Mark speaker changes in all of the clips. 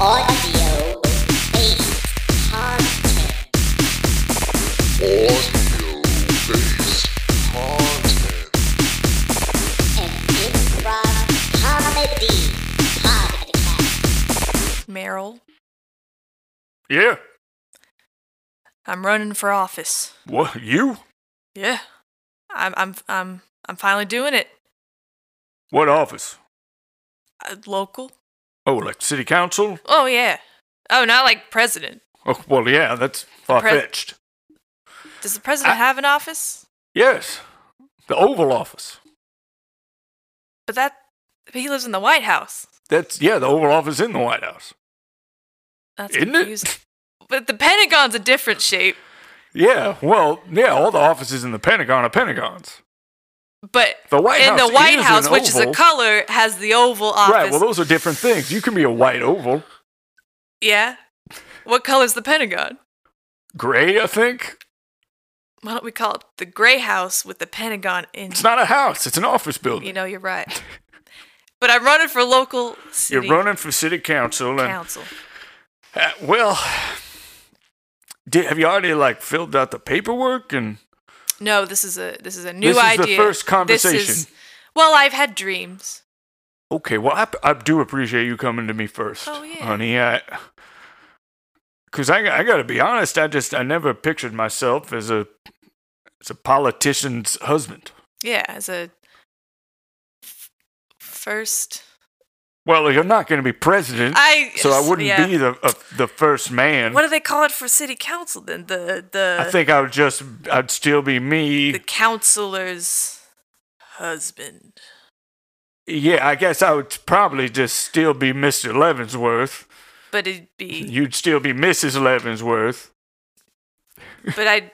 Speaker 1: Audio based content.
Speaker 2: Audio-based content.
Speaker 1: An improv comedy podcast.
Speaker 3: Merrill,
Speaker 4: Yeah.
Speaker 3: I'm running for office.
Speaker 4: What you?
Speaker 3: Yeah. I'm I'm I'm I'm finally doing it.
Speaker 4: What office?
Speaker 3: Uh, local.
Speaker 4: Oh, like city council?
Speaker 3: Oh yeah. Oh, not like president.
Speaker 4: Oh, well, yeah, that's far fetched.
Speaker 3: Does the president
Speaker 4: I-
Speaker 3: have an office?
Speaker 4: yes, the Oval Office.
Speaker 3: But that but he lives in the White House.
Speaker 4: That's yeah, the Oval Office in the White House.
Speaker 3: That's
Speaker 4: Isn't it?
Speaker 3: confusing. But the Pentagon's a different shape.
Speaker 4: Yeah, well, yeah, all the offices in the Pentagon are Pentagons.
Speaker 3: But
Speaker 4: The White
Speaker 3: in
Speaker 4: House
Speaker 3: the White
Speaker 4: is
Speaker 3: House,
Speaker 4: an
Speaker 3: which is a
Speaker 4: oval.
Speaker 3: color, has the Oval Office.
Speaker 4: Right. Well, those are different things. You can be a white oval,
Speaker 3: yeah. What color's the Pentagon?
Speaker 4: gray, I think.
Speaker 3: Why don't we call it the Gray House with the Pentagon in?
Speaker 4: It's not a house. It's an office
Speaker 3: You
Speaker 4: building.
Speaker 3: know, you're right. But I'm running for local city
Speaker 4: You're running for city council, and
Speaker 3: council.
Speaker 4: uh, well, did, have you already like filled out the paperwork and?
Speaker 3: No, this is a this is a new
Speaker 4: This is
Speaker 3: idea.
Speaker 4: the first
Speaker 3: This is-
Speaker 4: conversation.
Speaker 3: well, I've had dreams.
Speaker 4: Okay, well, I, I do appreciate you coming to me first,
Speaker 3: Oh, yeah.
Speaker 4: honey. I, because I, I gotta be honest, I just I never pictured myself as a as a politician's husband.
Speaker 3: Yeah, as a f- first.
Speaker 4: Well, you're not gonna be president,
Speaker 3: I
Speaker 4: so I wouldn't
Speaker 3: yeah.
Speaker 4: be the uh, the first man.
Speaker 3: What do they call it for city council then? The the
Speaker 4: I think I would just I'd still be me.
Speaker 3: the councilor's husband.
Speaker 4: yeah, I guess I would probably just still be Mr. Leavenworth.
Speaker 3: But it'd be
Speaker 4: You'd still be Mrs. Leavenworth.
Speaker 3: but I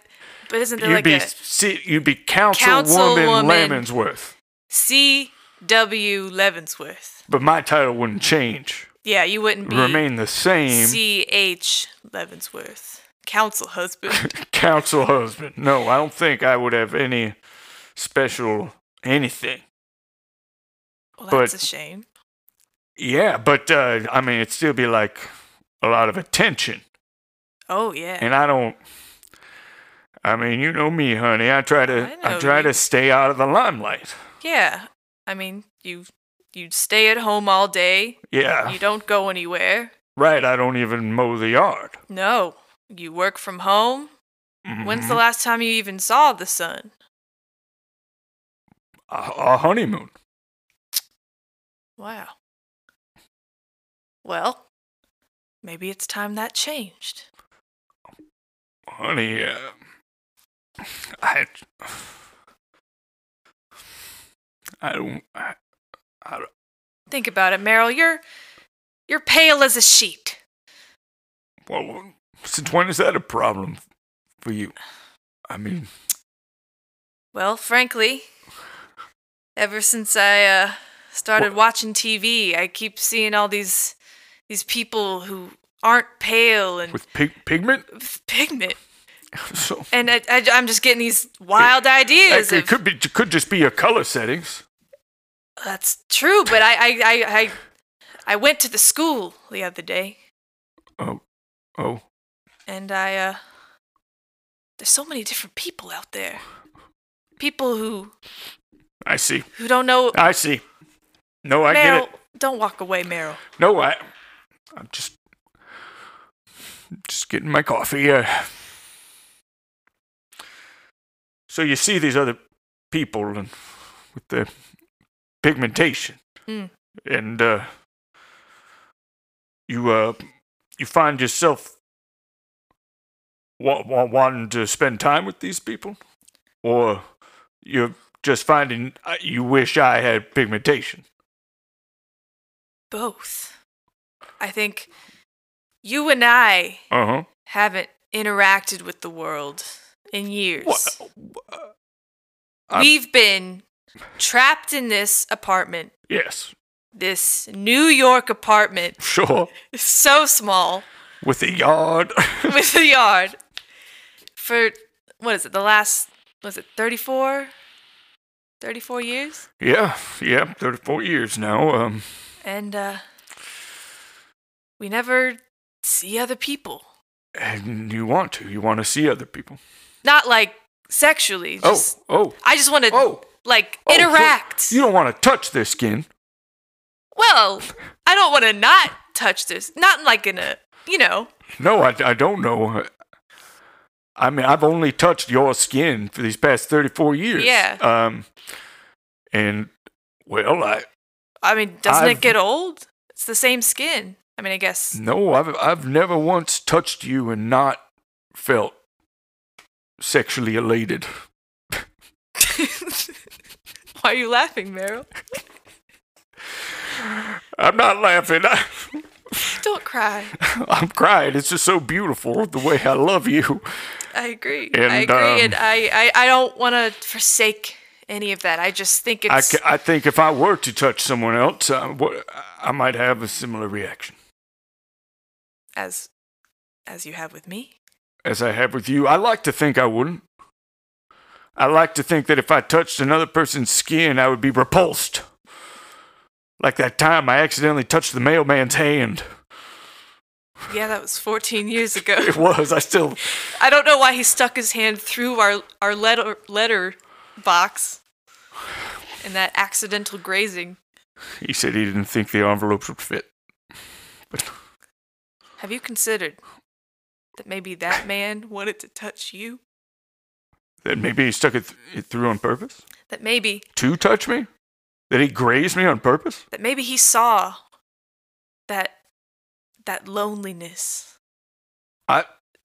Speaker 3: but isn't there
Speaker 4: you'd
Speaker 3: like
Speaker 4: be
Speaker 3: a
Speaker 4: si- you'd be Councilwoman
Speaker 3: Councilwoman.
Speaker 4: Leavenworth.
Speaker 3: C W Levensworth?
Speaker 4: But my title wouldn't change.
Speaker 3: Yeah, you wouldn't be
Speaker 4: Remain the same.
Speaker 3: C H Levensworth. Council husband.
Speaker 4: Council husband. No, I don't think I would have any special anything.
Speaker 3: Well,
Speaker 4: But-
Speaker 3: that's a shame.
Speaker 4: Yeah, but uh, I mean, it'd still be like a lot of attention.
Speaker 3: Oh yeah.
Speaker 4: And I don't. I mean, you know me, honey. I try to.
Speaker 3: I
Speaker 4: I,
Speaker 3: know
Speaker 4: try
Speaker 3: you.
Speaker 4: to stay out of the limelight.
Speaker 3: Yeah. I mean, you you stay at home all day.
Speaker 4: Yeah,
Speaker 3: You don't go anywhere.
Speaker 4: right. I don't even mow the yard.
Speaker 3: No. You work from home.
Speaker 4: Mm-hmm.
Speaker 3: When's the last time you even saw the sun?
Speaker 4: A, a honeymoon?
Speaker 3: Wow. Well, maybe it's time that changed.
Speaker 4: honey, uh, I, I don't, I, I, don't-
Speaker 3: Think about it, Meryl. You're you're pale as a sheet.
Speaker 4: well, since when is that a problem for you? I mean,
Speaker 3: Well, frankly, ever since I uh, started watching TV, I keep seeing all these these people who aren't pale and
Speaker 4: with pig, pigment,
Speaker 3: with pigment.
Speaker 4: so
Speaker 3: And I, I, I'm just getting these wild
Speaker 4: it,
Speaker 3: ideas.
Speaker 4: it
Speaker 3: of- "Oh,
Speaker 4: could be, it could just be your color settings.
Speaker 3: that's true, but I, I, I, I, I went to the school the other day,
Speaker 4: Oh, oh,
Speaker 3: and I, uh, there's so many different people out there. People who
Speaker 4: I see,
Speaker 3: who don't know.
Speaker 4: I see. No,
Speaker 3: Meryl,
Speaker 4: I get it.
Speaker 3: don't walk away, Meryl.
Speaker 4: No, I, I'm just, just getting my coffee. Uh, so you see these other people and with the pigmentation,
Speaker 3: Mm.
Speaker 4: and uh, you uh, you find yourself wa- wa- wanting to spend time with these people, or you're just finding uh, you wish I had pigmentation.
Speaker 3: Both. I think you and I
Speaker 4: Uh huh.
Speaker 3: haven't interacted with the world in years.
Speaker 4: What? I'm-
Speaker 3: We've been trapped in this apartment,
Speaker 4: Yes,
Speaker 3: this New York apartment,
Speaker 4: sure.
Speaker 3: so small
Speaker 4: With a yard.
Speaker 3: with a yard for what is it? The last was it 34 34 years?
Speaker 4: yeah, yeah, 34 years now. Um,
Speaker 3: And uh We never see other people.
Speaker 4: And you want to. You want to see other people.
Speaker 3: Not like sexually. Just,
Speaker 4: oh, oh,
Speaker 3: I just want to
Speaker 4: oh.
Speaker 3: like
Speaker 4: oh, so
Speaker 3: interact.
Speaker 4: You don't want to touch their skin.
Speaker 3: well, I don't want to not touch this. Not like in a you know.
Speaker 4: No, I, I don't know. I mean, I've only touched your skin for these past 34 years.
Speaker 3: Yeah.
Speaker 4: Um, and, well, I,
Speaker 3: I mean, doesn't
Speaker 4: I've-
Speaker 3: it get old? It's the same skin. I mean, I guess.
Speaker 4: no, I've, I've never once touched you and not felt sexually elated.
Speaker 3: Why are you laughing, Meryl?
Speaker 4: I'm not laughing. I,
Speaker 3: Don't cry.
Speaker 4: I'm crying. It's just so beautiful the way I love you.
Speaker 3: I agree. I
Speaker 4: And,
Speaker 3: agree,
Speaker 4: um,
Speaker 3: and I, I, I don't want to forsake any of that. I just think
Speaker 4: I,
Speaker 3: it's
Speaker 4: ca- I think if I were to touch someone else, I, would- I might have a similar reaction
Speaker 3: as as you have with me.
Speaker 4: as I have with you. I like to think I wouldn't. I like to think that if I touched another person's skin, I would be repulsed. Like that time I accidentally touched the mailman's hand.
Speaker 3: Yeah, that was 14 years ago.
Speaker 4: It was. I still.
Speaker 3: I don't know why he stuck his hand through our our letter letter box and that accidental grazing.
Speaker 4: He said he didn't think the envelopes would fit.
Speaker 3: Have you considered that maybe that man wanted to touch you?
Speaker 4: That maybe he stuck it, th- it through on purpose
Speaker 3: That maybe
Speaker 4: to touch me. That he grazed me on purpose.
Speaker 3: that maybe he saw that that loneliness
Speaker 4: I.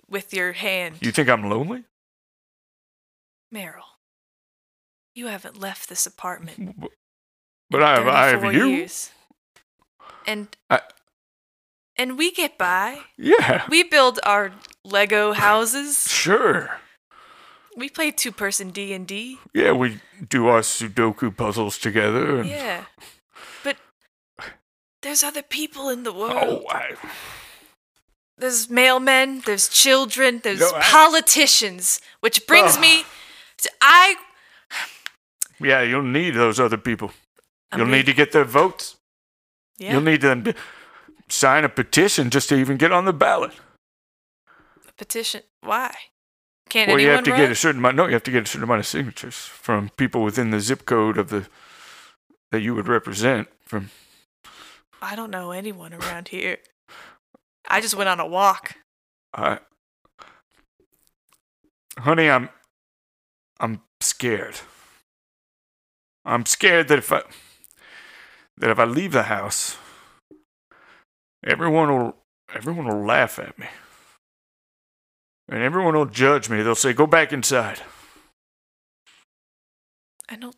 Speaker 3: with your hand.
Speaker 4: You think I'm lonely?
Speaker 3: Meryl, you haven't left this apartment
Speaker 4: But I have, I
Speaker 3: four
Speaker 4: have you.
Speaker 3: years. And
Speaker 4: I-
Speaker 3: and we get by.
Speaker 4: Yeah.
Speaker 3: We build our Lego houses.
Speaker 4: Sure.
Speaker 3: We play two-person D and D.
Speaker 4: Yeah, we do our Sudoku puzzles together. And,
Speaker 3: Yeah, but there's other people in the world.
Speaker 4: Oh, I,
Speaker 3: There's mailmen. There's children. There's
Speaker 4: No, I-
Speaker 3: politicians. Which brings
Speaker 4: Ugh.
Speaker 3: me to I.
Speaker 4: yeah, you'll need those other people.
Speaker 3: I'm
Speaker 4: you'll
Speaker 3: being-
Speaker 4: need to get their votes.
Speaker 3: Yeah,
Speaker 4: You'll need them to sign a petition just to even get on the ballot.
Speaker 3: a petition. Why? Can't
Speaker 4: well, you
Speaker 3: anyone
Speaker 4: have to get
Speaker 3: run?
Speaker 4: a certain amount. No, you have to get a certain amount of signatures from people within the zip code of the that you would represent. From
Speaker 3: I don't know anyone around here. I just went on a walk.
Speaker 4: I, honey, I'm I'm scared. I'm scared that if I that if I leave the house, everyone will everyone will laugh at me. And everyone will judge me. They'll say, "Go back inside."
Speaker 3: I don't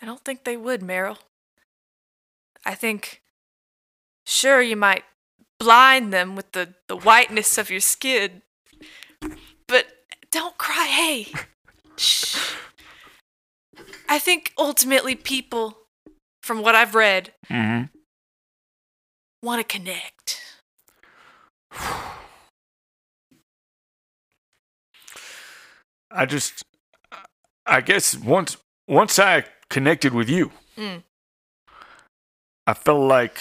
Speaker 3: I don't think they would, Meryl. I think sure you might blind them with the, the whiteness of your skin. But don't cry, hey. Shh. I think ultimately people from what I've read
Speaker 4: Mm-hmm.
Speaker 3: want to connect.
Speaker 4: I just, I guess once once I connected with you,
Speaker 3: Mm.
Speaker 4: I felt like,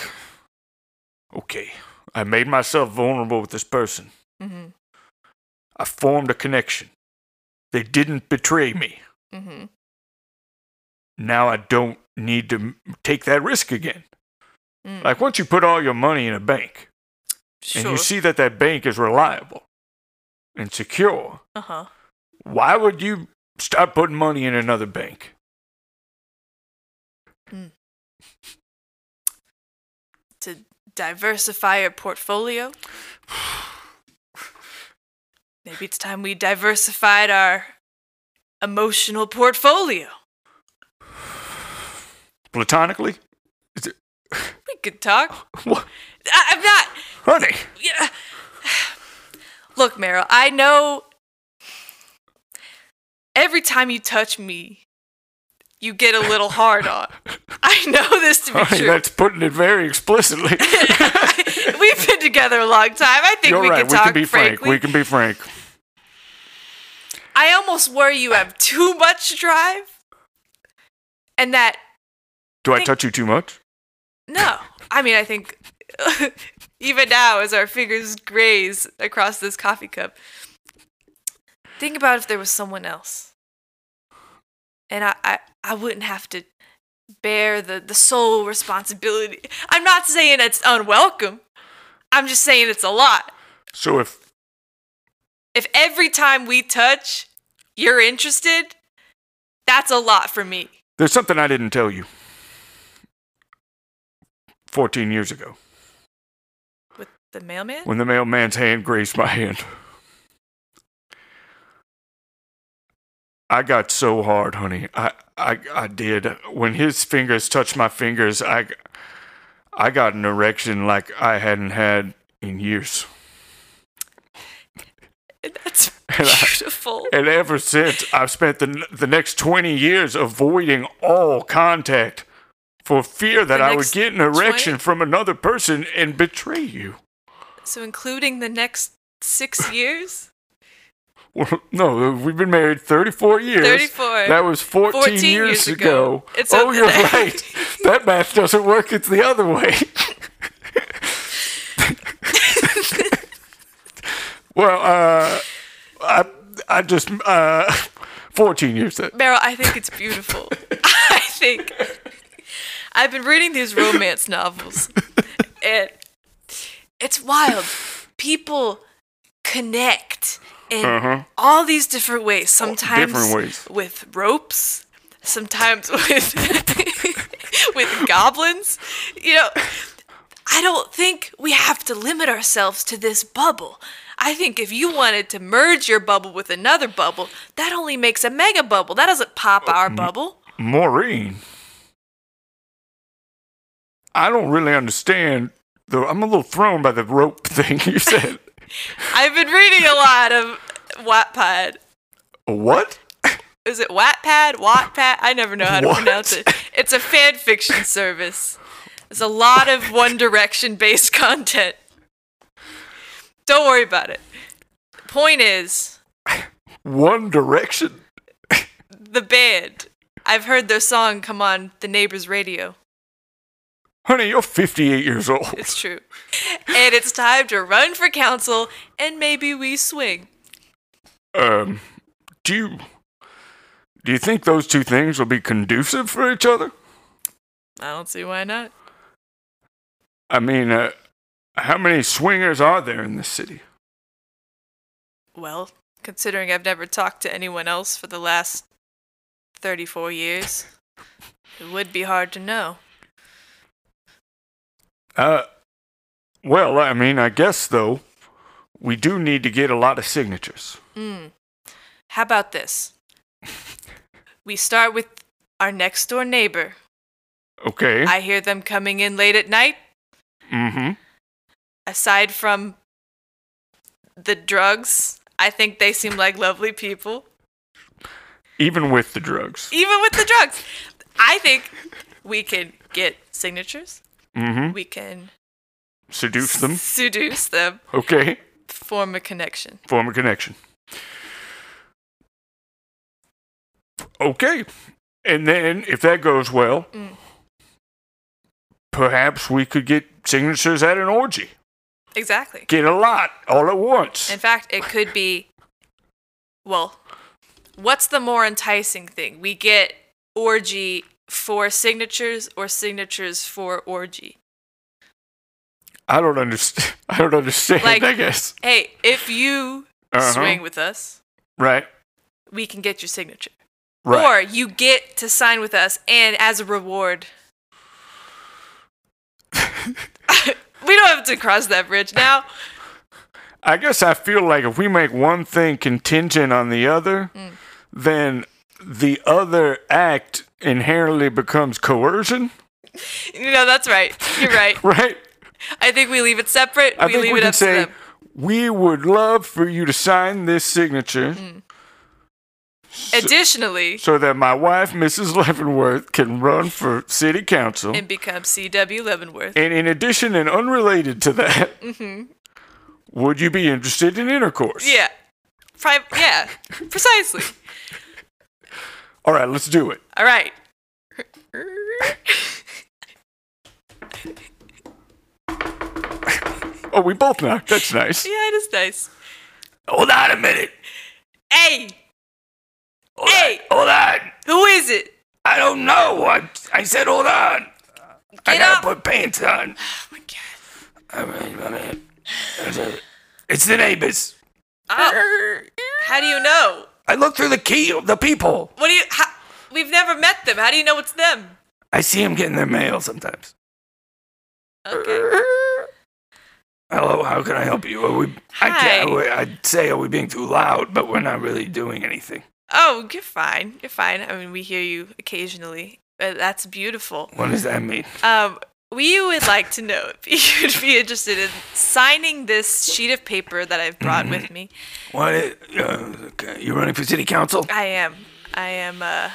Speaker 4: okay, I made myself vulnerable with this person.
Speaker 3: Mhm.
Speaker 4: I formed a connection. They didn't betray me.
Speaker 3: Mhm.
Speaker 4: Now I don't need to m- take that risk again.
Speaker 3: Mm.
Speaker 4: Like once you put all your money in a bank and
Speaker 3: Sure.
Speaker 4: you see that that bank is reliable and secure,
Speaker 3: uh-huh.
Speaker 4: why would you start putting money in another bank?
Speaker 3: To diversify your portfolio. Maybe it's time we diversified our emotional portfolio.
Speaker 4: Platonically?
Speaker 3: We could talk.
Speaker 4: What?
Speaker 3: I, I'm not.
Speaker 4: Honey,
Speaker 3: Yeah. Look, Meryl, I know every time you touch me, you get a little hard on. I know this to be
Speaker 4: honey
Speaker 3: true.
Speaker 4: that's putting it very explicitly.
Speaker 3: We've been together a long time. I think
Speaker 4: You're
Speaker 3: we
Speaker 4: right.
Speaker 3: can talk
Speaker 4: we can be frank.
Speaker 3: frankly.
Speaker 4: We can be frank.
Speaker 3: I almost worry you have too much drive. And that,
Speaker 4: Do I
Speaker 3: Thank-
Speaker 4: touch you too much?
Speaker 3: no. I mean, I think even now as our fingers graze across this coffee cup. Think about if there was someone else. And I, I, I wouldn't have to bear the, the sole responsibility. I'm not saying it's unwelcome. I'm just saying it's a lot.
Speaker 4: So if
Speaker 3: If every time we touch, you're interested, that's a lot for me.
Speaker 4: there's something I didn't tell you 14 years ago
Speaker 3: With the mailman?
Speaker 4: when the mailman's hand grazed my hand, I got so hard, honey. I, I, I did. When his fingers touched my fingers, I, I got an erection like I hadn't had in years.
Speaker 3: That's
Speaker 4: And I-
Speaker 3: beautiful.
Speaker 4: And ever since, I've spent the, the next 20 years avoiding all contact for fear that
Speaker 3: The
Speaker 4: I would
Speaker 3: next
Speaker 4: get an erection
Speaker 3: 20?
Speaker 4: from another person and betray you.
Speaker 3: so, including the next six years?
Speaker 4: Well, no, we've been married 34 years.
Speaker 3: 34.
Speaker 4: That was 14,
Speaker 3: 14
Speaker 4: years,
Speaker 3: years
Speaker 4: ago.
Speaker 3: ago. It's
Speaker 4: oh,
Speaker 3: up-
Speaker 4: you're right. that math doesn't work. It's the other way. well, uh, I, I just, uh, 14 years. That,
Speaker 3: Meryl, I think it's beautiful. I think I've been reading these romance novels, and it's wild. People connect in
Speaker 4: Uh-huh.
Speaker 3: all these different ways.
Speaker 4: Oh,
Speaker 3: Sometimes
Speaker 4: ways.
Speaker 3: with ropes, sometimes with with goblins. You know, I don't think we have to limit ourselves to this bubble. I think if you wanted to merge your bubble with another bubble, that only makes a mega bubble. That doesn't pop our bubble.
Speaker 4: Maureen, I don't really understand. Though I'm a little thrown by the rope thing you said.
Speaker 3: I've been reading a lot of Wattpad.
Speaker 4: what?
Speaker 3: Is it Wattpad? Wattpad? I never know how to
Speaker 4: What?
Speaker 3: pronounce it. It's a fan fiction service. There's a lot of One Direction based content. Don't worry about it. Point is,
Speaker 4: One Direction?
Speaker 3: the band. I've heard their song come on the neighbor's radio.
Speaker 4: Honey, you're 58 years old.
Speaker 3: It's true. And it's time to run for council and maybe we swing.
Speaker 4: Um, do you do you think those two things will be conducive for each other?
Speaker 3: I don't see why not.
Speaker 4: I mean, uh, how many swingers are there in this city?
Speaker 3: Well, considering I've never talked to anyone else for the last 34 years, it would be hard to know.
Speaker 4: Uh, well, I mean, I guess though, we do need to get a lot of signatures.
Speaker 3: How about this? We start with our next door neighbor.
Speaker 4: Okay.
Speaker 3: I hear them coming in late at night.
Speaker 4: mm-hmm.
Speaker 3: Aside from the drugs, I think they seem like lovely people.
Speaker 4: Even with the drugs.
Speaker 3: even with the drugs. I think we can get signatures.
Speaker 4: Mm-hmm.
Speaker 3: We can
Speaker 4: Seduce them.
Speaker 3: seduce them,
Speaker 4: Okay.
Speaker 3: form a connection.
Speaker 4: Form a connection. Okay. And then, if that goes well, perhaps we could get signatures at an orgy.
Speaker 3: Exactly.
Speaker 4: Get a lot all at once.
Speaker 3: In fact, it could be well, what's the more enticing thing? We get orgy for signatures or signatures for orgy.
Speaker 4: I don't understand. I don't understand.
Speaker 3: Like-
Speaker 4: I guess.
Speaker 3: Hey, if you
Speaker 4: Uh-huh.
Speaker 3: swing with us,
Speaker 4: Right.
Speaker 3: we can get your signature.
Speaker 4: Right.
Speaker 3: Or you get to sign with us, and as a reward, we don't have to cross that bridge now.
Speaker 4: I guess I feel like if we make one thing contingent on the other, then the other act inherently becomes coercion.
Speaker 3: You know, that's right. You're right.
Speaker 4: Right.
Speaker 3: I think we leave it separate.
Speaker 4: I
Speaker 3: we
Speaker 4: think
Speaker 3: leave
Speaker 4: we
Speaker 3: it
Speaker 4: can
Speaker 3: up to
Speaker 4: say
Speaker 3: them.
Speaker 4: we would love for you to sign this signature
Speaker 3: Additionally,
Speaker 4: so that my wife, Mrs. Leavenworth, can run for city council.
Speaker 3: and become C.W. Leavenworth.
Speaker 4: And in addition, and unrelated to that, would you be interested in intercourse?
Speaker 3: Mm-hmm. yeah. Pri- yeah, precisely.
Speaker 4: All right, let's do it.
Speaker 3: All right.
Speaker 4: Oh, we both knocked. That's nice.
Speaker 3: Yeah, it is nice.
Speaker 4: Hold on a minute.
Speaker 3: Hey,
Speaker 4: Hold
Speaker 3: Hey!
Speaker 4: On. Hold on.
Speaker 3: who is it?
Speaker 4: I don't know. I, I said hold on. I
Speaker 3: Get
Speaker 4: gotta
Speaker 3: up.
Speaker 4: put pants on.
Speaker 3: Oh my god.
Speaker 4: It's the neighbors.
Speaker 3: Oh. How do you know?
Speaker 4: I look through the key of the people.
Speaker 3: What do you? How, we've never met them. How do you know it's them?
Speaker 4: I see them getting their mail sometimes.
Speaker 3: Okay.
Speaker 4: Hello, how can I help you? Are we? I can't, I'd say are we being too loud, but we're not really doing anything.
Speaker 3: Oh, you're fine. You're fine. I mean, we hear you occasionally. Uh, that's beautiful.
Speaker 4: What does that mean?
Speaker 3: Um, we would like to know if you'd be interested in signing this sheet of paper that I've brought with me.
Speaker 4: What? Is, uh, okay, you running for city council?
Speaker 3: I am. I am. Uh,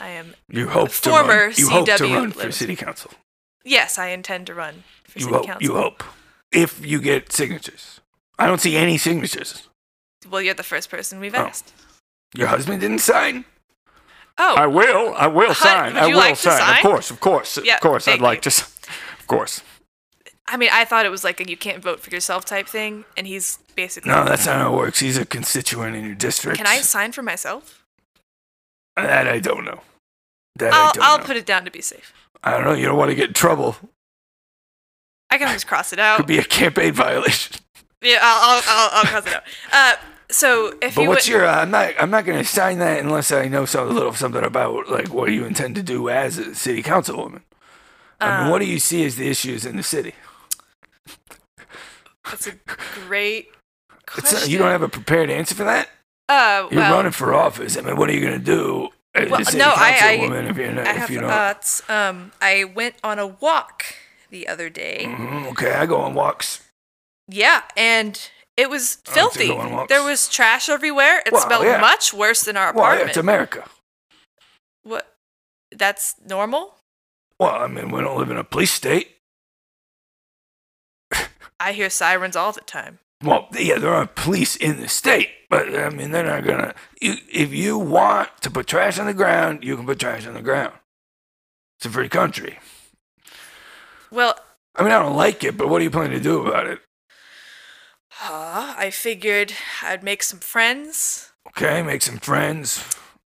Speaker 3: I am.
Speaker 4: You hope to
Speaker 3: Former
Speaker 4: run. You hope to
Speaker 3: CW
Speaker 4: run for
Speaker 3: lives.
Speaker 4: city council.
Speaker 3: Yes, I intend to run for
Speaker 4: You
Speaker 3: city
Speaker 4: hope.
Speaker 3: council.
Speaker 4: You hope. If you get signatures, I don't see any signatures.
Speaker 3: Well, you're the first person we've
Speaker 4: Oh.
Speaker 3: asked.
Speaker 4: Your husband didn't sign.
Speaker 3: Oh,
Speaker 4: I will. I will sign.
Speaker 3: would
Speaker 4: I
Speaker 3: you
Speaker 4: will
Speaker 3: like to
Speaker 4: sign.
Speaker 3: sign?
Speaker 4: Of course. Of course.
Speaker 3: Yeah,
Speaker 4: of course. I'd
Speaker 3: thank
Speaker 4: like
Speaker 3: you.
Speaker 4: to. s- Of course.
Speaker 3: I mean, I thought it was like a you can't vote for yourself type thing, and he's basically.
Speaker 4: No, that's not how it works. He's a constituent in your district.
Speaker 3: Can I sign for myself?
Speaker 4: That I don't know. That I
Speaker 3: I'll
Speaker 4: don't
Speaker 3: I'll
Speaker 4: know.
Speaker 3: put it down to be safe.
Speaker 4: I don't know. You don't want to get in trouble.
Speaker 3: I can just cross it out.
Speaker 4: Could be a campaign violation.
Speaker 3: yeah, I'll, I'll, I'll, I'll cross it out. Uh, so if
Speaker 4: But
Speaker 3: you
Speaker 4: what's
Speaker 3: would,
Speaker 4: your? Uh, I'm not. I'm not going to sign that unless I know some, a little something about like what you intend to do as a city councilwoman. I mean, what
Speaker 3: Um,
Speaker 4: do you see as the issues in the city?
Speaker 3: that's a great
Speaker 4: It's
Speaker 3: question.
Speaker 4: not- you don't have a prepared answer for that.
Speaker 3: Uh,
Speaker 4: You're
Speaker 3: well,
Speaker 4: running for office. I mean, what are you going to do as
Speaker 3: Well,
Speaker 4: a city
Speaker 3: no, I- I-
Speaker 4: councilwoman if you're not,
Speaker 3: I
Speaker 4: if
Speaker 3: have
Speaker 4: you don't?
Speaker 3: thoughts. Um, I went on a walk the other day.
Speaker 4: Mhm, okay, I go on walks.
Speaker 3: Yeah, and it was
Speaker 4: I don't
Speaker 3: filthy.
Speaker 4: think no one walks.
Speaker 3: There was trash everywhere. It
Speaker 4: Well,
Speaker 3: smelled
Speaker 4: yeah.
Speaker 3: much worse than our
Speaker 4: Well,
Speaker 3: apartment.
Speaker 4: yeah, it's America.
Speaker 3: what? That's normal.
Speaker 4: Well, I mean, we don't live in a police state.
Speaker 3: I hear sirens all the time.
Speaker 4: Well, yeah, there are police in the state, but I mean, they're not gonna. You, if you want to put trash on the ground, you can put trash on the ground. It's a free country.
Speaker 3: Well,
Speaker 4: I mean, I don't like it, but what are you planning to do about it?
Speaker 3: uh, I figured I'd make some friends
Speaker 4: Okay, make some friends.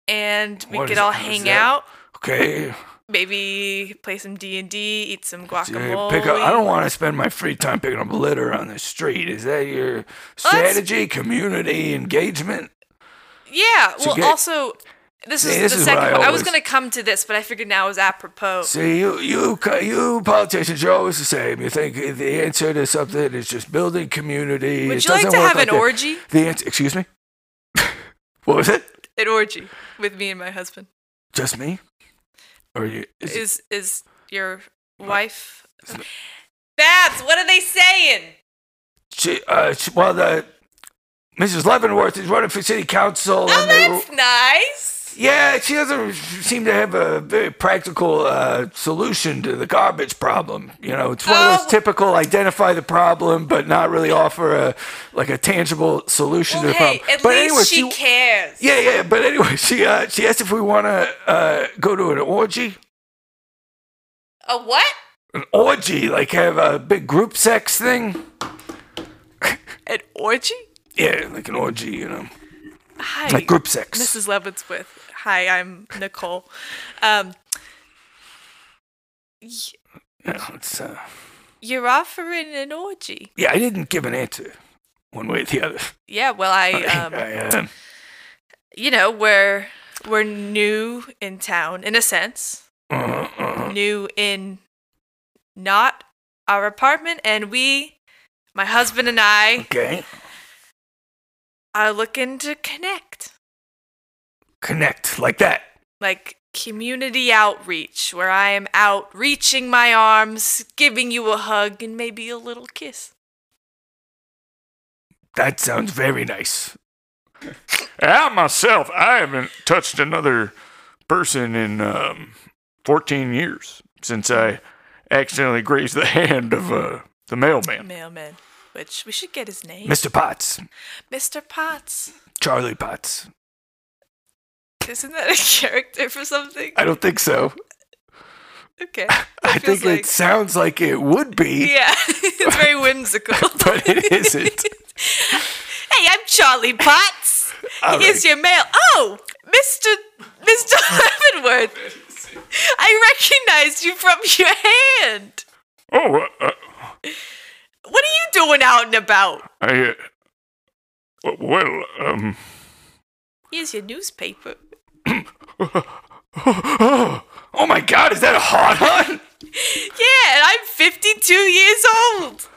Speaker 3: and we
Speaker 4: What
Speaker 3: could
Speaker 4: is-
Speaker 3: all
Speaker 4: how is
Speaker 3: hang
Speaker 4: that?
Speaker 3: out.
Speaker 4: Okay,
Speaker 3: Maybe play some D and D, eat some
Speaker 4: See,
Speaker 3: guacamole.
Speaker 4: pick up. I don't want to spend my free time picking up litter on the street. Is that your strategy? Community engagement?
Speaker 3: Yeah.
Speaker 4: So
Speaker 3: well,
Speaker 4: get-
Speaker 3: also, this is
Speaker 4: See, this
Speaker 3: the
Speaker 4: is what
Speaker 3: second.
Speaker 4: I
Speaker 3: one. I was
Speaker 4: always-
Speaker 3: gonna come to this, but I figured now is apropos.
Speaker 4: See, you, you, co- you politicians, you're always the same. You think the answer to something is just building community.
Speaker 3: Would
Speaker 4: It
Speaker 3: you like
Speaker 4: doesn't
Speaker 3: to
Speaker 4: work
Speaker 3: have an
Speaker 4: that.
Speaker 3: orgy?
Speaker 4: The answer, excuse me? what was it?
Speaker 3: An orgy with me and my husband.
Speaker 4: Just me? Or you? Is it-
Speaker 3: Is is your wife? Babs, what are they saying?
Speaker 4: she, uh, she, well, the Mrs. Leavenworth is running for city council.
Speaker 3: Oh,
Speaker 4: and they were-
Speaker 3: that's nice.
Speaker 4: yeah, she doesn't seem to have a very practical uh, solution to the garbage problem. You know, it's one of
Speaker 3: Oh.
Speaker 4: those typical identify the problem, but not really offer a like a tangible solution
Speaker 3: Well,
Speaker 4: to the
Speaker 3: hey,
Speaker 4: problem.
Speaker 3: at
Speaker 4: but
Speaker 3: least
Speaker 4: anyway,
Speaker 3: she, cares.
Speaker 4: Yeah, yeah. But anyway, she uh, she asked if we want to uh, go to an orgy.
Speaker 3: A what?
Speaker 4: an orgy, like have a big group sex thing.
Speaker 3: An orgy?
Speaker 4: Yeah, like an orgy, you know,
Speaker 3: Hi,
Speaker 4: like group sex.
Speaker 3: Mrs. Levinsworth. Hi, I'm Nicole. Um, y-
Speaker 4: Yeah, it's, uh,
Speaker 3: you're offering an orgy.
Speaker 4: yeah, I didn't give an answer, one way or the other.
Speaker 3: Yeah, well, I, um,
Speaker 4: I, uh,
Speaker 3: you know, we're we're new in town in a sense,
Speaker 4: uh, uh,
Speaker 3: new in not our apartment, and we, my husband and I,
Speaker 4: okay,
Speaker 3: are looking to connect,
Speaker 4: connect like that.
Speaker 3: like community outreach, where I am out reaching my arms, giving you a hug, and maybe a little kiss.
Speaker 4: That sounds very nice.
Speaker 2: I myself, I haven't touched another person in um,
Speaker 4: 14 years since I accidentally grazed the hand of uh, the mailman.
Speaker 3: mailman, which we should get his name.
Speaker 4: Mr. Potts,
Speaker 3: Mr. Potts.
Speaker 4: Charlie Potts.
Speaker 3: Isn't that a character for something?
Speaker 4: I don't think so.
Speaker 3: Okay.
Speaker 4: I
Speaker 3: feels
Speaker 4: think
Speaker 3: like-
Speaker 4: it sounds like it would be,
Speaker 3: Yeah, it's very whimsical.
Speaker 4: but it isn't.
Speaker 3: hey, I'm Charlie Potts.
Speaker 4: All
Speaker 3: Here's
Speaker 4: right.
Speaker 3: your mail. Oh, Mr. Mr. Leavenworth. I recognized you from your hand.
Speaker 2: Oh, uh,
Speaker 3: What are you doing out and about?
Speaker 2: I. Uh, w- well, um.
Speaker 3: Here's your newspaper.
Speaker 4: Oh my god, is that a hot hun?
Speaker 3: Yeah, and I'm 52 years old.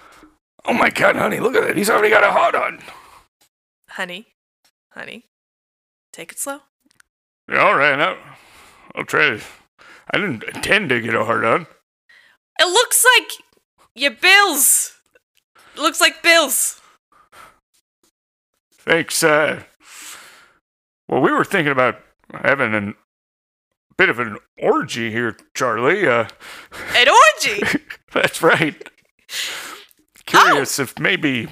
Speaker 4: Oh my god, honey, look at that. He's already got a hot on.
Speaker 3: Honey, honey, take it slow.
Speaker 2: yeah, All right, I'll, I'll try. to- I didn't intend to get a hard on.
Speaker 3: It looks like your bills. Looks like bills.
Speaker 2: Thanks. Uh, well, we were thinking about having an, a bit of an orgy here, Charlie. Uh,
Speaker 3: An orgy.
Speaker 2: that's right. Curious if maybe.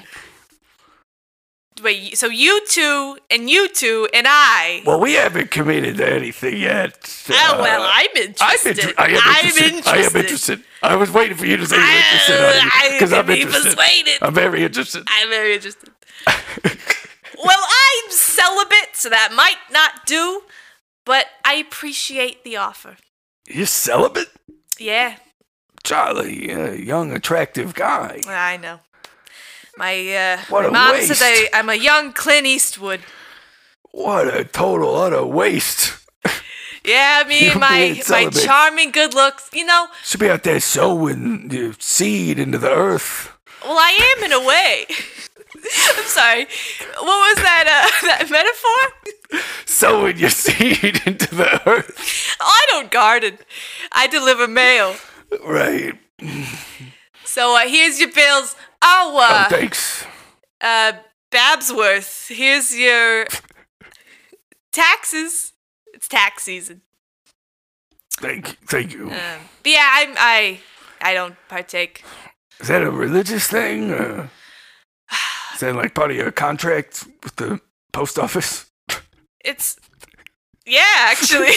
Speaker 3: Wait, y- so you two and you two and I.
Speaker 4: Well, we haven't committed to anything yet.
Speaker 3: oh, well,
Speaker 4: Uh,
Speaker 3: I'm interested.
Speaker 4: I'm, inter- I am interested. I am interested. I was waiting for you to say you're interested,
Speaker 3: I-
Speaker 4: because
Speaker 3: I
Speaker 4: I'm
Speaker 3: can be
Speaker 4: interested. Oh.
Speaker 3: persuaded.
Speaker 4: I'm very interested.
Speaker 3: I'm very interested. well, I'm celibate, so that might not do, but I appreciate the offer.
Speaker 4: You're celibate,
Speaker 3: Yeah,
Speaker 4: Charlie, a young, attractive guy.
Speaker 3: I know. My uh,
Speaker 4: What a
Speaker 3: mom
Speaker 4: waste.
Speaker 3: said I, I'm a young Clint Eastwood.
Speaker 4: What a total utter waste.
Speaker 3: Yeah, I mean
Speaker 4: You're
Speaker 3: my
Speaker 4: being
Speaker 3: my
Speaker 4: celibate.
Speaker 3: charming good looks. You know,
Speaker 4: Should be out there sowing the seed into the earth.
Speaker 3: well, I am in a way. I'm sorry. What was that uh, that metaphor?
Speaker 4: Sowing your seed into the earth.
Speaker 3: I don't garden. I deliver mail.
Speaker 4: Right.
Speaker 3: So uh, here's your bills. Oh, uh,
Speaker 4: Oh, thanks.
Speaker 3: uh, Babsworth, here's your taxes. It's tax season.
Speaker 4: Thank, thank you.
Speaker 3: Um, but yeah, I'm, I, I don't partake.
Speaker 4: Is that a religious thing? Or is that like part of your contract with the post office?
Speaker 3: It's, yeah, actually.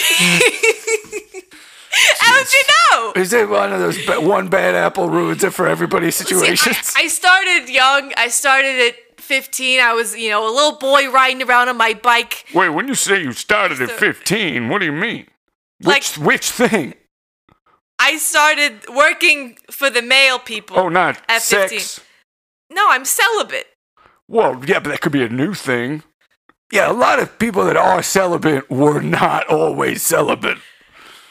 Speaker 3: How would you know?
Speaker 4: Is it one of those ba- one bad apple ruins it for everybody
Speaker 3: See,
Speaker 4: situations?
Speaker 3: I, I started young. I started at 15. I was, you know, a little boy riding around on my bike.
Speaker 2: Wait, when you say you started at
Speaker 3: So-
Speaker 2: 15, what do you mean?
Speaker 3: Like,
Speaker 4: which, which thing?
Speaker 3: I started working for the male people.
Speaker 2: Oh, not
Speaker 3: At 15.
Speaker 2: sex.
Speaker 3: No, I'm celibate.
Speaker 2: Well, yeah, but that could be a new thing.
Speaker 4: Yeah, a lot of people that are celibate were not always celibate.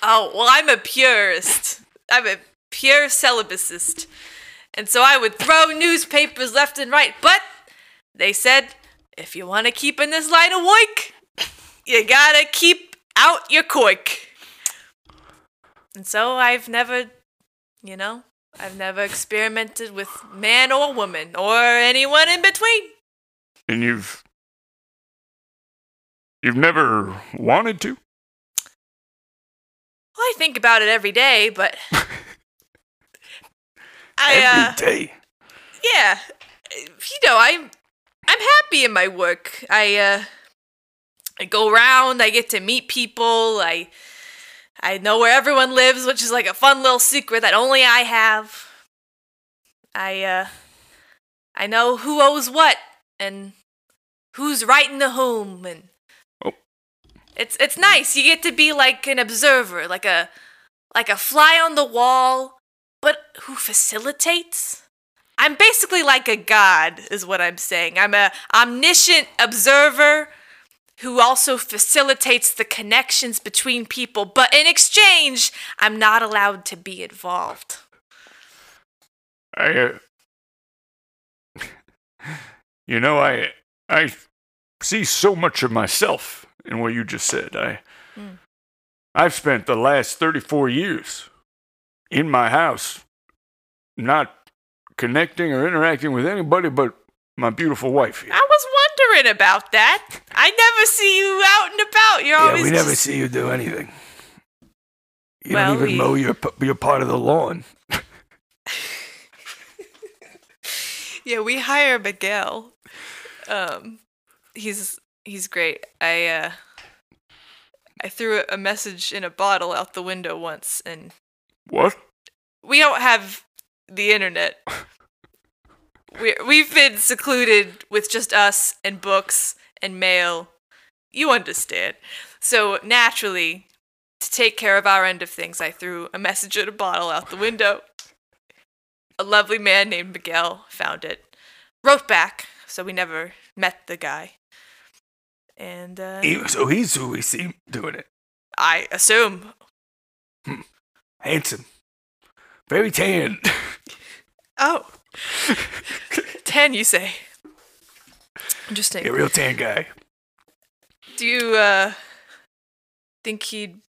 Speaker 3: Oh, well, I'm a purist. I'm a pure celibacist. And so I would throw newspapers left and right. But they said, if you want to keep in this line of work, you gotta keep out your cork. And so I've never, you know, I've never experimented with man or woman or anyone in between.
Speaker 2: And you've. You've never wanted to?
Speaker 3: Well, I think about it every day, but. I, uh,
Speaker 4: Every day.
Speaker 3: yeah you know i'm i'm happy in my work i uh i go around i get to meet people i i know where everyone lives which is like a fun little secret that only i have i uh i know who owes what and who's right in the home and
Speaker 2: Oh.
Speaker 3: it's it's nice you get to be like an observer like a like a fly on the wall but who facilitates I'm basically like a god, is what I'm saying. I'm a omniscient observer who also facilitates the connections between people, but in exchange, I'm not allowed to be involved.
Speaker 2: I, uh, you know, I I see so much of myself in what you just said. I
Speaker 3: Mm.
Speaker 2: I've spent the last 34 years in my house, not connecting or interacting with anybody but my beautiful wife. Here.
Speaker 3: I was wondering about that. I never see you out and about. You're
Speaker 4: Yeah,
Speaker 3: always
Speaker 4: we never
Speaker 3: just-
Speaker 4: see you do anything. You
Speaker 3: Well,
Speaker 4: don't even
Speaker 3: we-
Speaker 4: mow your p- your part of the lawn.
Speaker 3: Yeah, we hire Miguel. Um, he's he's great. I uh, I threw a message in a bottle out the window once, and
Speaker 4: What?
Speaker 3: We don't have the internet. we we've been secluded with just us and books and mail. You understand. So naturally, to take care of our end of things, I threw a message in a bottle out the window. A lovely man named Miguel found it, wrote back, so we never met the guy. And uh,
Speaker 4: He- so he's who we see doing it.
Speaker 3: I assume
Speaker 4: Handsome. Very tan.
Speaker 3: Oh. Ten, you say. Interesting.
Speaker 4: yeah, real tan guy.
Speaker 3: Do you uh think he'd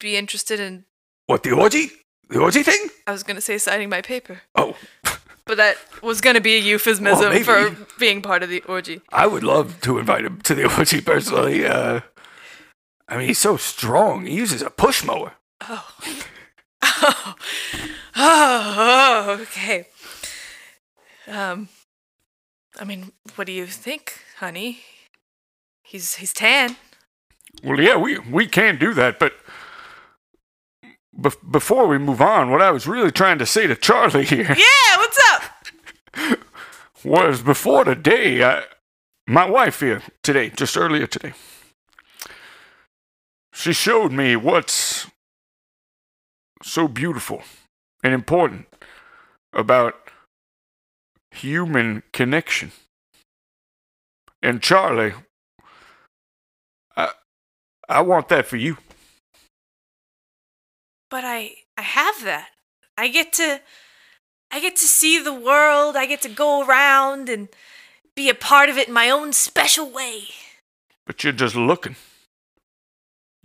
Speaker 3: be interested in
Speaker 4: What, the orgy? The orgy thing?
Speaker 3: I was gonna say signing my paper.
Speaker 4: Oh,
Speaker 3: But that was gonna be a euphemism
Speaker 4: Well, maybe.
Speaker 3: for being part of the orgy.
Speaker 4: I would love to invite him to the orgy personally. Uh, I mean, he's so strong. He uses a push mower.
Speaker 3: Oh. Oh, oh okay. Um I mean, what do you think, honey? He's he's tan.
Speaker 4: Well, yeah, we we can do that, but bef- before we move on, what I was really trying to say to Charlie here
Speaker 3: Yeah, what's up?
Speaker 4: was before today, I, my wife here today, just earlier today, she showed me what's so beautiful and important about human connection. And Charlie, I I want that for you.
Speaker 3: but i i have that i get to i get to see the world i get to go around and be a part of it in my own special way
Speaker 4: But you're just looking.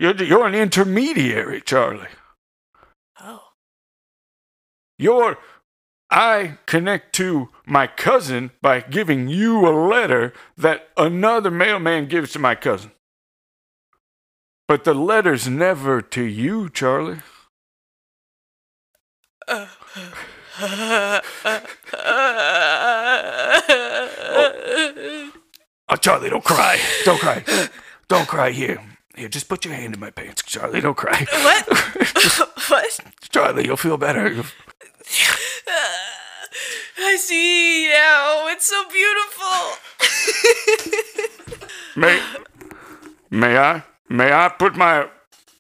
Speaker 4: You're, you're an intermediary, Charlie.
Speaker 3: oh
Speaker 4: You're. I connect to my cousin by giving you a letter that another mailman gives to my cousin. But the letter's never to you, Charlie. Oh, Charlie, don't cry. Don't cry. Don't cry here. Here, just put your hand in my pants, Charlie. Don't cry.
Speaker 3: what what
Speaker 4: Charlie, you'll feel better.
Speaker 3: i see now it's so beautiful
Speaker 4: May May I? May I put my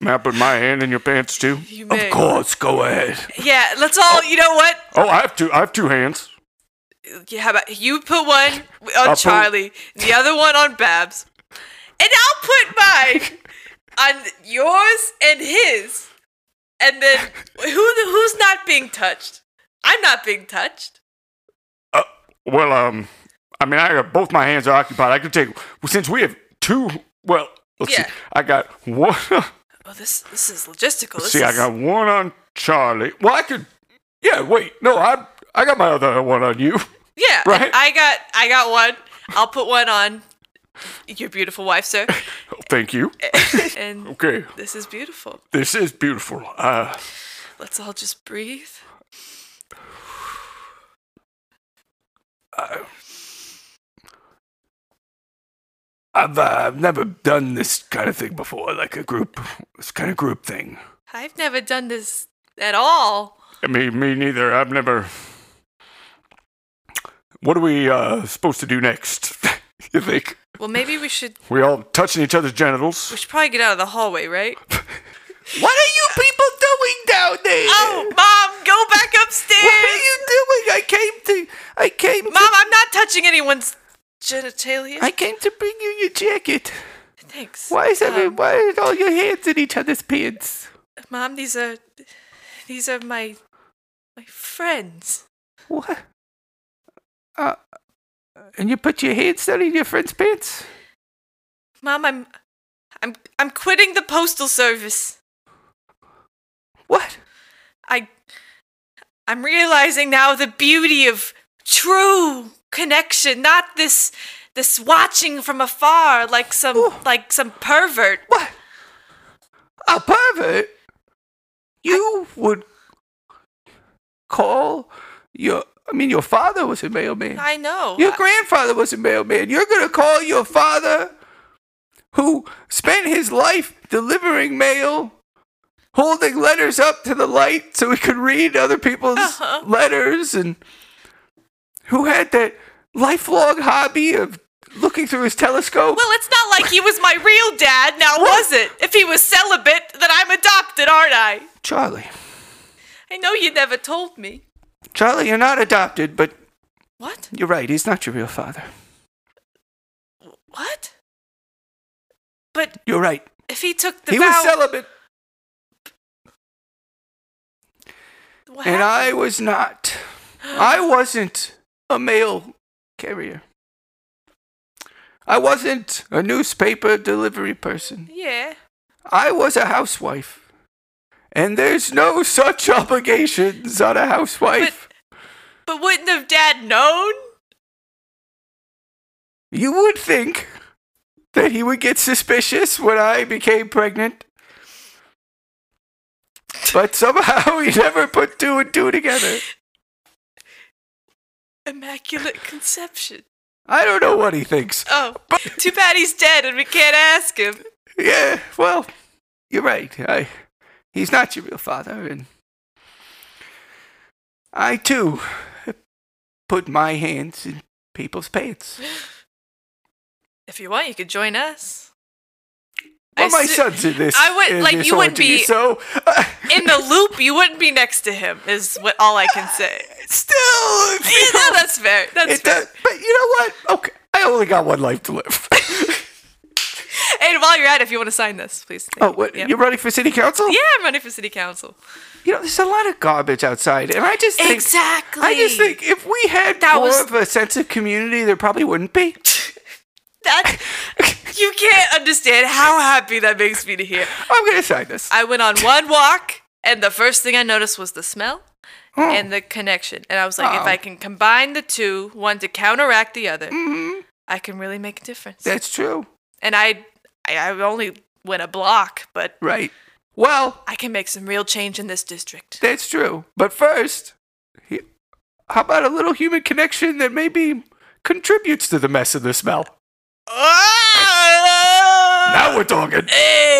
Speaker 4: may I put my hand in your pants too?
Speaker 3: You may.
Speaker 4: Of course, go ahead.
Speaker 3: yeah let's all you know what
Speaker 4: Oh, I have two I have two hands.
Speaker 3: Yeah, how about you put one on
Speaker 4: put-
Speaker 3: Charlie, the other one on Babs, and I'll put mine on yours and his, and then who who's not being touched? I'm not being touched.
Speaker 4: Well, um I mean I got both my hands are occupied. I could take well, since we have two well let's
Speaker 3: Yeah.
Speaker 4: see. I got one
Speaker 3: Well, this this is logistical. This
Speaker 4: see, I
Speaker 3: is-
Speaker 4: got one on Charlie. Well I could Yeah, wait, no, I I got my other one on you.
Speaker 3: yeah.
Speaker 4: right.
Speaker 3: I got I got one. I'll put one on your beautiful wife, sir.
Speaker 4: Oh, thank you.
Speaker 3: Eh. and
Speaker 4: Okay.
Speaker 3: this is beautiful.
Speaker 4: This is beautiful. Uh
Speaker 3: Let's all just breathe.
Speaker 4: I've uh, I've never done this kind of thing before, like a group, this kind of group thing.
Speaker 3: I've never done this at all.
Speaker 4: I mean, me neither. I've never. What are we uh, supposed to do next? you think
Speaker 3: Well, maybe we should
Speaker 4: we all touching each other's genitals?
Speaker 3: We should probably get out of the hallway, right?
Speaker 4: What are you people doing down there?
Speaker 3: Oh, mom, go back upstairs.
Speaker 4: doing? I came to. I came.
Speaker 3: mom, I'm not touching anyone's genitalia.
Speaker 4: came to bring you your jacket.
Speaker 3: Thanks. Um,
Speaker 4: Why is all your hands in each other's pants?
Speaker 3: mom, these are these are my my friends.
Speaker 4: What? Uh, and you put your hands down in your friend's pants?
Speaker 3: Mom, I'm I'm I'm quitting the postal service.
Speaker 4: What?
Speaker 3: I I'm realizing now the beauty of true connection, not this this watching from afar like some
Speaker 4: Ooh.
Speaker 3: like some pervert.
Speaker 4: What? A pervert? You would call your. I mean, your father was a mailman.
Speaker 3: I know.
Speaker 4: your grandfather was a mailman. You're going to call your father, who spent his life delivering mail, holding letters up to the light so we could read other people's
Speaker 3: Uh-huh.
Speaker 4: letters and who had that lifelong hobby of looking through his telescope.
Speaker 3: Well, it's not like he was my real dad, now was it? If he was celibate, then I'm adopted, aren't I?
Speaker 4: Charlie,
Speaker 3: I know you never told me.
Speaker 4: Charlie, you're not adopted, but
Speaker 3: What?
Speaker 4: you're right. He's not your real father.
Speaker 3: What? But
Speaker 4: You're right.
Speaker 3: if he took the
Speaker 4: he
Speaker 3: vow,
Speaker 4: was celibate,
Speaker 3: what
Speaker 4: and
Speaker 3: happened?
Speaker 4: I was not. I wasn't a mail carrier. I wasn't a newspaper delivery person.
Speaker 3: yeah.
Speaker 4: I was a housewife. And there's no such obligations on a housewife.
Speaker 3: But wouldn't have Dad known?
Speaker 4: you would think that he would get suspicious when I became pregnant. But somehow he never put two and two together.
Speaker 3: Immaculate conception.
Speaker 4: I don't know what he thinks.
Speaker 3: Oh, too bad he's dead and we can't ask him.
Speaker 4: Yeah, well, you're right. I, he's not your real father, and I too put my hands in people's pants.
Speaker 3: If you want, you could join us.
Speaker 4: Well,
Speaker 3: I
Speaker 4: my
Speaker 3: su-
Speaker 4: son's in this.
Speaker 3: I would-
Speaker 4: in
Speaker 3: like,
Speaker 4: this
Speaker 3: you wouldn't
Speaker 4: orgy,
Speaker 3: be-
Speaker 4: so. Uh,
Speaker 3: In the loop, you wouldn't be next to him. Is what all I can say.
Speaker 4: still, it
Speaker 3: Yeah,
Speaker 4: feels-
Speaker 3: no, that's fair. That's
Speaker 4: it
Speaker 3: fair.
Speaker 4: does, but you know what? Okay, I only got one life to live.
Speaker 3: And while you're at it, if you want to sign this, please. Thank
Speaker 4: oh,
Speaker 3: you.
Speaker 4: what,
Speaker 3: Yeah.
Speaker 4: you're running for city council?
Speaker 3: Yeah, I'm running for city council.
Speaker 4: You know, there's a lot of garbage outside, and I just think
Speaker 3: exactly.
Speaker 4: I just think if we had
Speaker 3: That
Speaker 4: more
Speaker 3: was-
Speaker 4: of a sense of community, there probably wouldn't be.
Speaker 3: that you can't understand how happy that makes me to hear.
Speaker 4: I'm gonna sign this.
Speaker 3: I went on one walk, and the first thing I noticed was the smell
Speaker 4: Oh.
Speaker 3: and the connection. And I was like, if
Speaker 4: Oh.
Speaker 3: I can combine the two, one to counteract the other, I can really make a difference.
Speaker 4: That's true.
Speaker 3: and I, I, I only went a block, but
Speaker 4: Right. Well,
Speaker 3: I can make some real change in this district.
Speaker 4: that's true. But first, he- how about a little human connection that maybe contributes to the mess of the smell?
Speaker 3: Ah!
Speaker 4: Now we're talking.
Speaker 3: Eh,